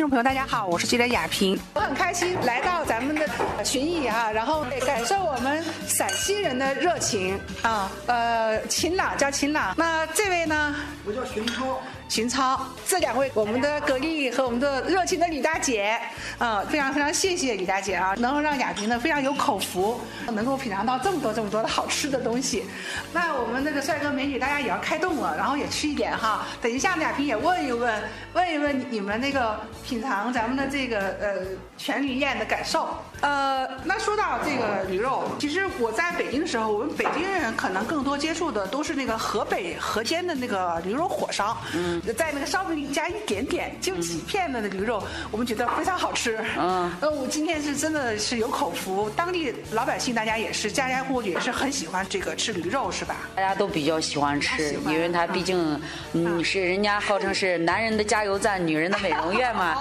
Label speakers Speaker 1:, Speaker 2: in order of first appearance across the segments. Speaker 1: 众朋友，大家好，我是记者雅萍。
Speaker 2: 我很开心来到咱们的巡艺哈、然后呃感受我们陕西人的热情啊，呃，秦朗叫秦朗，那这位呢？
Speaker 3: 我叫荀超，
Speaker 2: 荀超，这两位我们的格力和我们的热情的李大姐，呃，非常非常谢谢李大姐啊，能够让雅萍呢非常有口福，能够品尝到这么多这么多的好吃的东西。那我们那个帅哥美女，大家也要开动了，然后也吃一点哈。啊等一下呢，雅萍也问一问，问一问你们那个品尝咱们的这个呃全驴宴的感受。呃，那说到这个驴肉，其实我在北京的时候，我们北京人可能更多接触的都是那个河北河间的那个驴肉火烧，嗯，在那个烧饼里加一点点，就几片的那驴肉，我们觉得非常好吃。
Speaker 1: 嗯，
Speaker 2: 呃，我今天是真的是有口福，当地老百姓大家也是家家户户也是很喜欢这个吃驴肉，是吧？
Speaker 1: 大家都比较喜欢吃，
Speaker 2: 喜欢
Speaker 1: 因为它毕竟，嗯，是人家号称是男人的加 油站，女人的美容院嘛。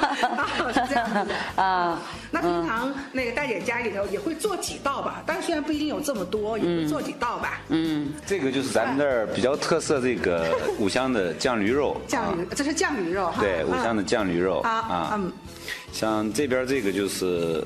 Speaker 2: 哦是这样子嗯的
Speaker 1: 啊，
Speaker 2: 那平常那个大姐家里头也会做几道吧，但虽然不一定有这么多，也会做几道吧。
Speaker 1: 嗯，
Speaker 3: 这个就是咱们这儿比较特色这个五香的酱驴肉，
Speaker 2: 酱驴，这是酱驴肉哈。
Speaker 3: 对，
Speaker 2: 嗯
Speaker 3: 五香的酱驴肉
Speaker 2: 啊，
Speaker 3: 啊，
Speaker 2: 嗯，
Speaker 3: 像这边这个就是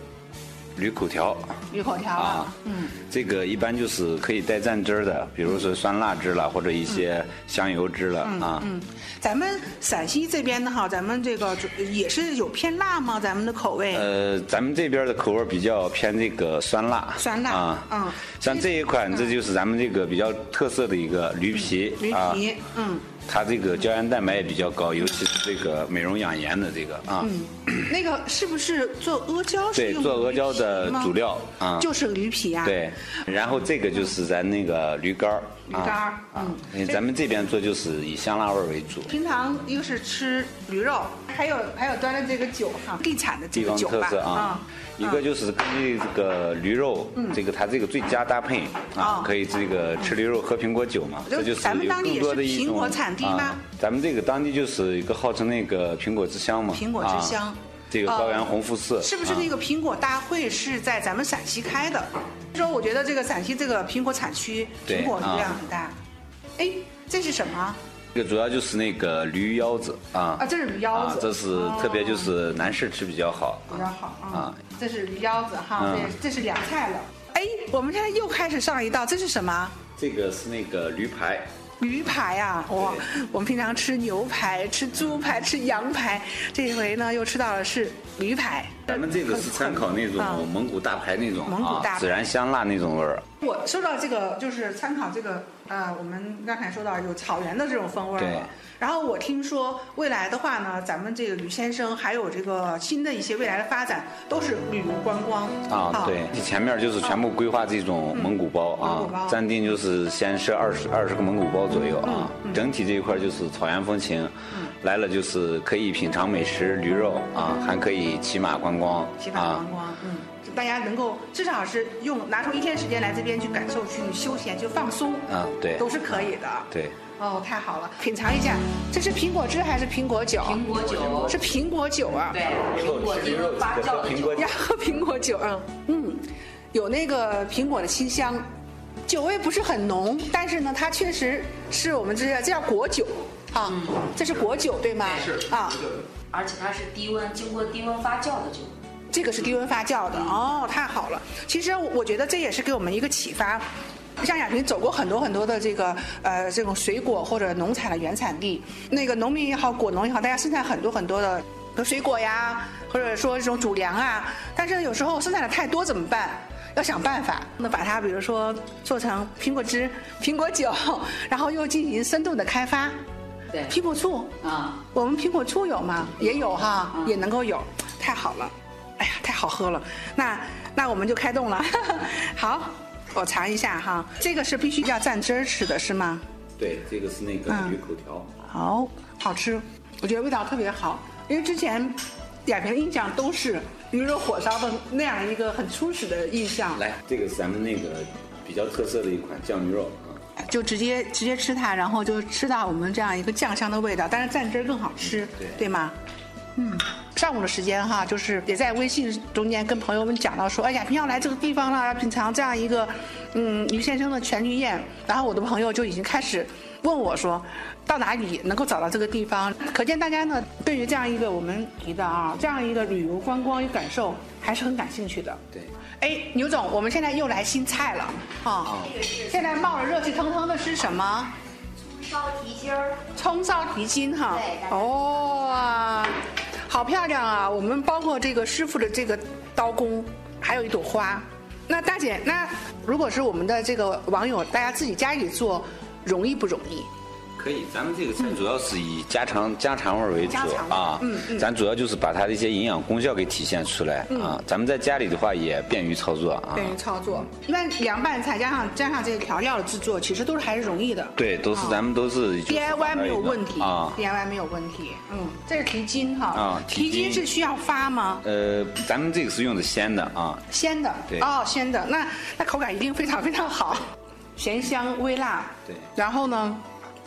Speaker 3: 驴口条
Speaker 2: 驴口条
Speaker 3: 啊
Speaker 2: 啊，，
Speaker 3: 嗯，这个一般就是可以带蘸汁儿的，比如说酸辣汁了，或者一些香油汁了啊，
Speaker 2: 嗯，咱们陕西这边的哈，咱们这个主也是有偏辣吗？咱们的口味，
Speaker 3: 呃，咱们这边的口味比较偏这个酸辣，
Speaker 2: 酸辣
Speaker 3: 啊，
Speaker 2: 嗯
Speaker 3: 像这一款，这就是咱们这个比较特色的一个驴皮，
Speaker 2: 驴
Speaker 3: 啊
Speaker 2: 皮，嗯，
Speaker 3: 它这个胶原蛋白也比较高，尤其是这个美容养颜的这个啊，
Speaker 2: 嗯那个是不是做阿胶是
Speaker 3: 对，
Speaker 2: 用
Speaker 3: 做
Speaker 2: 驴
Speaker 3: 阿胶的
Speaker 2: 皮吗
Speaker 3: 主料啊，
Speaker 2: 就是驴皮啊，，
Speaker 3: 对，然后这个就是咱那个驴肝儿，
Speaker 2: 驴肝儿
Speaker 3: 啊啊
Speaker 2: 嗯，
Speaker 3: 因为
Speaker 2: 这
Speaker 3: 咱们这边做就是以香辣味儿为主，
Speaker 2: 平常一个是吃驴肉，还有还有端的这个酒哈，地产的这
Speaker 3: 地
Speaker 2: 个
Speaker 3: 方
Speaker 2: 酒
Speaker 3: 特
Speaker 2: 吧嗯
Speaker 3: 色啊。一个就是根据这个驴肉，这个它这个最佳搭配啊
Speaker 2: 哦，
Speaker 3: 可以这个吃驴肉喝苹果酒嘛，
Speaker 2: 就
Speaker 3: 这就是
Speaker 2: 咱们
Speaker 3: 有
Speaker 2: 当地
Speaker 3: 更
Speaker 2: 也
Speaker 3: 多
Speaker 2: 是
Speaker 3: 的一
Speaker 2: 苹
Speaker 3: 种
Speaker 2: 果产地吗
Speaker 3: 啊咱们这个当地就是一个号称那个苹果之乡嘛，
Speaker 2: 苹果之
Speaker 3: 啊
Speaker 2: 乡
Speaker 3: 这个
Speaker 2: 哦
Speaker 3: 高原红富士
Speaker 2: 是不是
Speaker 3: 啊
Speaker 2: 那个苹果大会是在咱们陕西开的？说我觉得这个陕西这个苹果产区
Speaker 3: 对
Speaker 2: 苹果流量
Speaker 3: 啊
Speaker 2: 很大。哎，这是什么
Speaker 3: 这个主要就是那个驴腰子啊
Speaker 2: 啊？这是驴腰
Speaker 3: 啊
Speaker 2: 子，，
Speaker 3: 这是
Speaker 2: 哦
Speaker 3: 特别就是男士吃比较好
Speaker 2: 比较好啊
Speaker 3: 啊。
Speaker 2: 这是驴腰子哈，
Speaker 3: 嗯
Speaker 2: 这这是凉菜了。哎，我们现在又开始上一道，这是什么？
Speaker 3: 这个是那个驴排，
Speaker 2: 驴排啊，哇！我们平常吃牛排、吃猪排、吃羊排，这回呢又吃到的是驴排。
Speaker 3: 咱们这个是参考那
Speaker 2: 啊
Speaker 3: 种蒙古大排那种
Speaker 2: 蒙古大
Speaker 3: 啊
Speaker 2: 排，
Speaker 3: 孜然香辣那种味儿。
Speaker 2: 我受到这个就是参考这个呃，我们刚才说到有草原的这种风味儿
Speaker 3: 对
Speaker 2: 了。然后我听说未来的话呢，咱们这个吕先生还有这个新的一些未来的发展，都是旅游观光
Speaker 3: 啊，对，这前面就是全部规划这种蒙古包
Speaker 2: 蒙古包
Speaker 3: 啊，暂定就是先设二十二十个蒙古包左右啊，
Speaker 2: 嗯
Speaker 3: 整体这一块就是草原风情，来了就是可以品尝美食驴肉啊，还可以骑马观光
Speaker 2: 嗯骑马
Speaker 3: 啊
Speaker 2: 观，光，嗯，大家能够至少是用拿出一天时间来这边去感受、去休闲、去放松，
Speaker 3: 啊对
Speaker 2: 都是可以的。
Speaker 3: 对，
Speaker 2: 哦，太好了，品尝一下，这是苹果汁还是苹果酒？啊
Speaker 4: 苹果酒，
Speaker 2: 是苹果酒啊，
Speaker 4: 对，苹果精发酵的
Speaker 3: 苹
Speaker 4: 酒
Speaker 3: 果。
Speaker 2: 要喝苹果酒，嗯嗯，有那个苹果的清香，酒味不是很浓，但是呢，它确实是我们这叫这叫果酒啊，这是果酒对吗？是啊，
Speaker 4: 而且它是低温，经过低温发酵的酒。
Speaker 2: 这个是低温发酵的哦，太好了。其实我觉得这也是给我们一个启发。像雅萍走过很多很多的这个呃这种水果或者农产的原产地，那个农民也好，果农也好，大家生产很多很多的水果呀，或者说这种主粮啊。但是有时候生产的太多怎么办？要想办法，那把它比如说做成苹果汁、苹果酒，然后又进行深度的开发。
Speaker 4: 对，
Speaker 2: 苹果醋
Speaker 4: 啊，
Speaker 2: 我们苹果醋有吗？也有哈，
Speaker 4: 嗯
Speaker 2: 也能够有，太好了，哎呀，太好喝了。那那我们就开动了， 好，我尝一下哈，这个是必须要蘸汁儿吃的是吗？
Speaker 3: 对，这个是那个
Speaker 2: 嗯
Speaker 3: 驴口条。
Speaker 2: 好，好吃，我觉得味道特别好，因为之前雅萍的印象都是驴肉火烧的那样一个很初始的印象，
Speaker 3: 来，这个是咱们那个比较特色的一款酱驴肉啊。
Speaker 2: 就直接直接吃它，然后就吃到我们这样一个酱香的味道，但是蘸汁儿更好吃，
Speaker 3: 对
Speaker 2: 吗？嗯，上午的时间哈，就是也在微信中间跟朋友们讲到说，哎呀，平要来这个地方了，要品尝这样一个，嗯，于先生的全驴宴。然后我的朋友就已经开始问我说到哪里能够找到这个地方。可见大家呢对于这样一个我们提的啊这样一个旅游观光与感受还是很感兴趣的。
Speaker 3: 对，
Speaker 2: 哎，牛总，我们现在又来新菜了啊！现在冒着热气腾腾的是什么？
Speaker 5: 烧蹄筋儿，
Speaker 2: 葱烧蹄筋哈
Speaker 5: 对大，家
Speaker 2: 哦啊，好漂亮啊！我们包括这个师傅的这个刀工，还有一朵花。那大姐，那如果是我们的这个网友，大家自己家里做，容易不容易？
Speaker 3: 可以，咱们这个菜主要是以家常家常味儿为主
Speaker 2: 家常味嗯
Speaker 3: 啊，咱主要就是把它的一些营养功效给体现出来
Speaker 2: 嗯
Speaker 3: 啊。咱们在家里的话也便于操作啊，
Speaker 2: 便于操作。一般凉拌菜加上加上这个调料的制作，其实都是还是容易的。
Speaker 3: 对，都是咱们都是就是往
Speaker 2: DIY
Speaker 3: 那儿
Speaker 2: 没有
Speaker 3: 一弄
Speaker 2: 问题
Speaker 3: 啊。
Speaker 2: ，DIY 没有问题。嗯，这是蹄筋哈，
Speaker 3: 啊蹄
Speaker 2: 蹄
Speaker 3: 筋
Speaker 2: 筋是需要发吗？
Speaker 3: 呃，咱们这个是用的鲜的啊，
Speaker 2: 鲜的，
Speaker 3: 对
Speaker 2: 哦，鲜的，那那口感一定非常非常好，咸香微辣，
Speaker 3: 对
Speaker 2: 然后呢，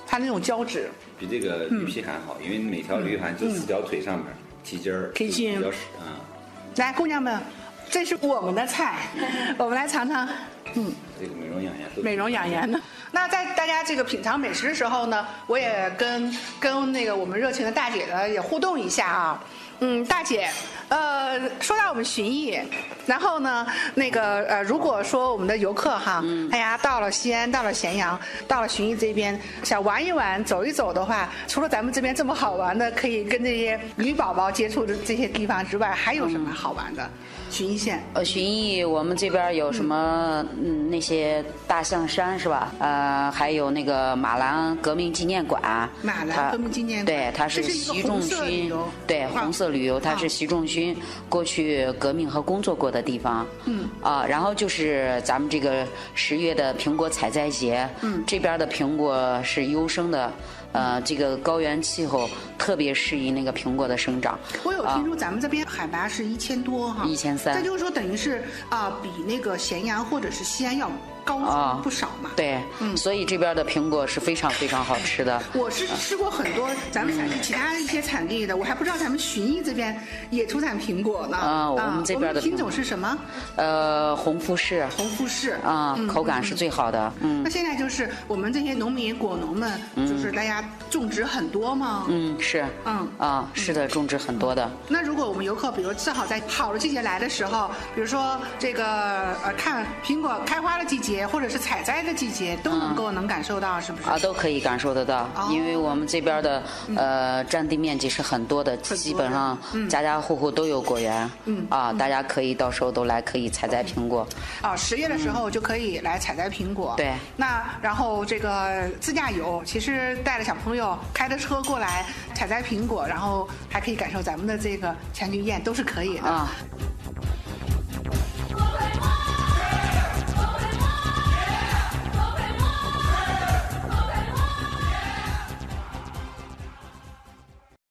Speaker 2: 它那种胶质，
Speaker 3: 比这个
Speaker 2: 嗯
Speaker 3: 驴皮还好，因为每条驴还就四条腿上面蹄筋儿，
Speaker 2: 蹄筋
Speaker 3: 比较实啊。
Speaker 2: 来，姑娘们，这是我们的菜，我们来尝尝，嗯，
Speaker 3: 这个美容养颜都
Speaker 2: 美容养颜的。 那在大家这个品尝美食的时候呢，我也跟跟那个我们热情的大姐呢也互动一下啊。嗯，大姐，呃，说到我们巡艺，然后呢，那个呃，如果说我们的游客哈，哎呀，到了西安，到了咸阳，到了旬邑这边，想玩一玩、走一走的话，除了咱们这边这么好玩的，可以跟这些驴宝宝接触的这些地方之外，还有什么好玩的？旬邑县
Speaker 1: 呃，旬邑我们这边有什么？嗯，那些大象山是吧？呃，还有那个马兰革命纪念馆。
Speaker 2: 马兰
Speaker 1: 它
Speaker 2: 革命纪念馆
Speaker 1: 对，它是
Speaker 2: 这是一个
Speaker 1: 习
Speaker 2: 红
Speaker 1: 仲
Speaker 2: 色旅
Speaker 1: 勋
Speaker 2: 游，
Speaker 1: 对，
Speaker 2: 啊
Speaker 1: 红色旅游，它
Speaker 2: 啊
Speaker 1: 是习仲勋过去革命和工作过的地方。
Speaker 2: 嗯。
Speaker 1: 啊，然后就是咱们这个十月的苹果采摘节。嗯。这边的苹果是优生的，呃，这个高原气候特别适宜那个苹果的生长。
Speaker 2: 我有
Speaker 1: 啊
Speaker 2: 听说咱们这边海拔是一千多哈，
Speaker 1: 1300
Speaker 2: 这就是说等于是啊、比那个咸阳或者是西安要高
Speaker 1: 啊
Speaker 2: 出不少嘛。，
Speaker 1: 对，所以这边的苹果是非常非常好吃的。
Speaker 2: 我是吃过很多咱们陕西其他一些产地的，我还不知道咱们旬邑这边也出产苹果呢。
Speaker 1: 啊我们这边的
Speaker 2: 我们品种是什么？
Speaker 1: 呃，红富士
Speaker 2: 红富士
Speaker 1: 啊，
Speaker 2: 嗯
Speaker 1: 口感是最好的。嗯
Speaker 2: 那现在就是我们这些农民果农们，就是大家种植很多嘛。
Speaker 1: 嗯，是，
Speaker 2: 嗯
Speaker 1: 啊，是的，种植很多的。
Speaker 2: 那如果我们游客，比如正好在好的季节来的时候，比如说这个呃，看苹果开花的季节，或者是采摘的季节，都
Speaker 1: 嗯
Speaker 2: 能够能感受到，是不是？
Speaker 1: 啊，都可以感受得到，因为我们这边的呃占地面积是很多的，基本上家家户户都有果园，啊，大家可以到时候都来可以采摘苹果，
Speaker 2: 啊，十月的时候就可以来采摘苹果。
Speaker 1: 对
Speaker 2: 那然后这个自驾游，其实带着小朋友开着车过来采摘苹果，然后还可以感受咱们的这个全聚宴，都是可以的。
Speaker 1: 啊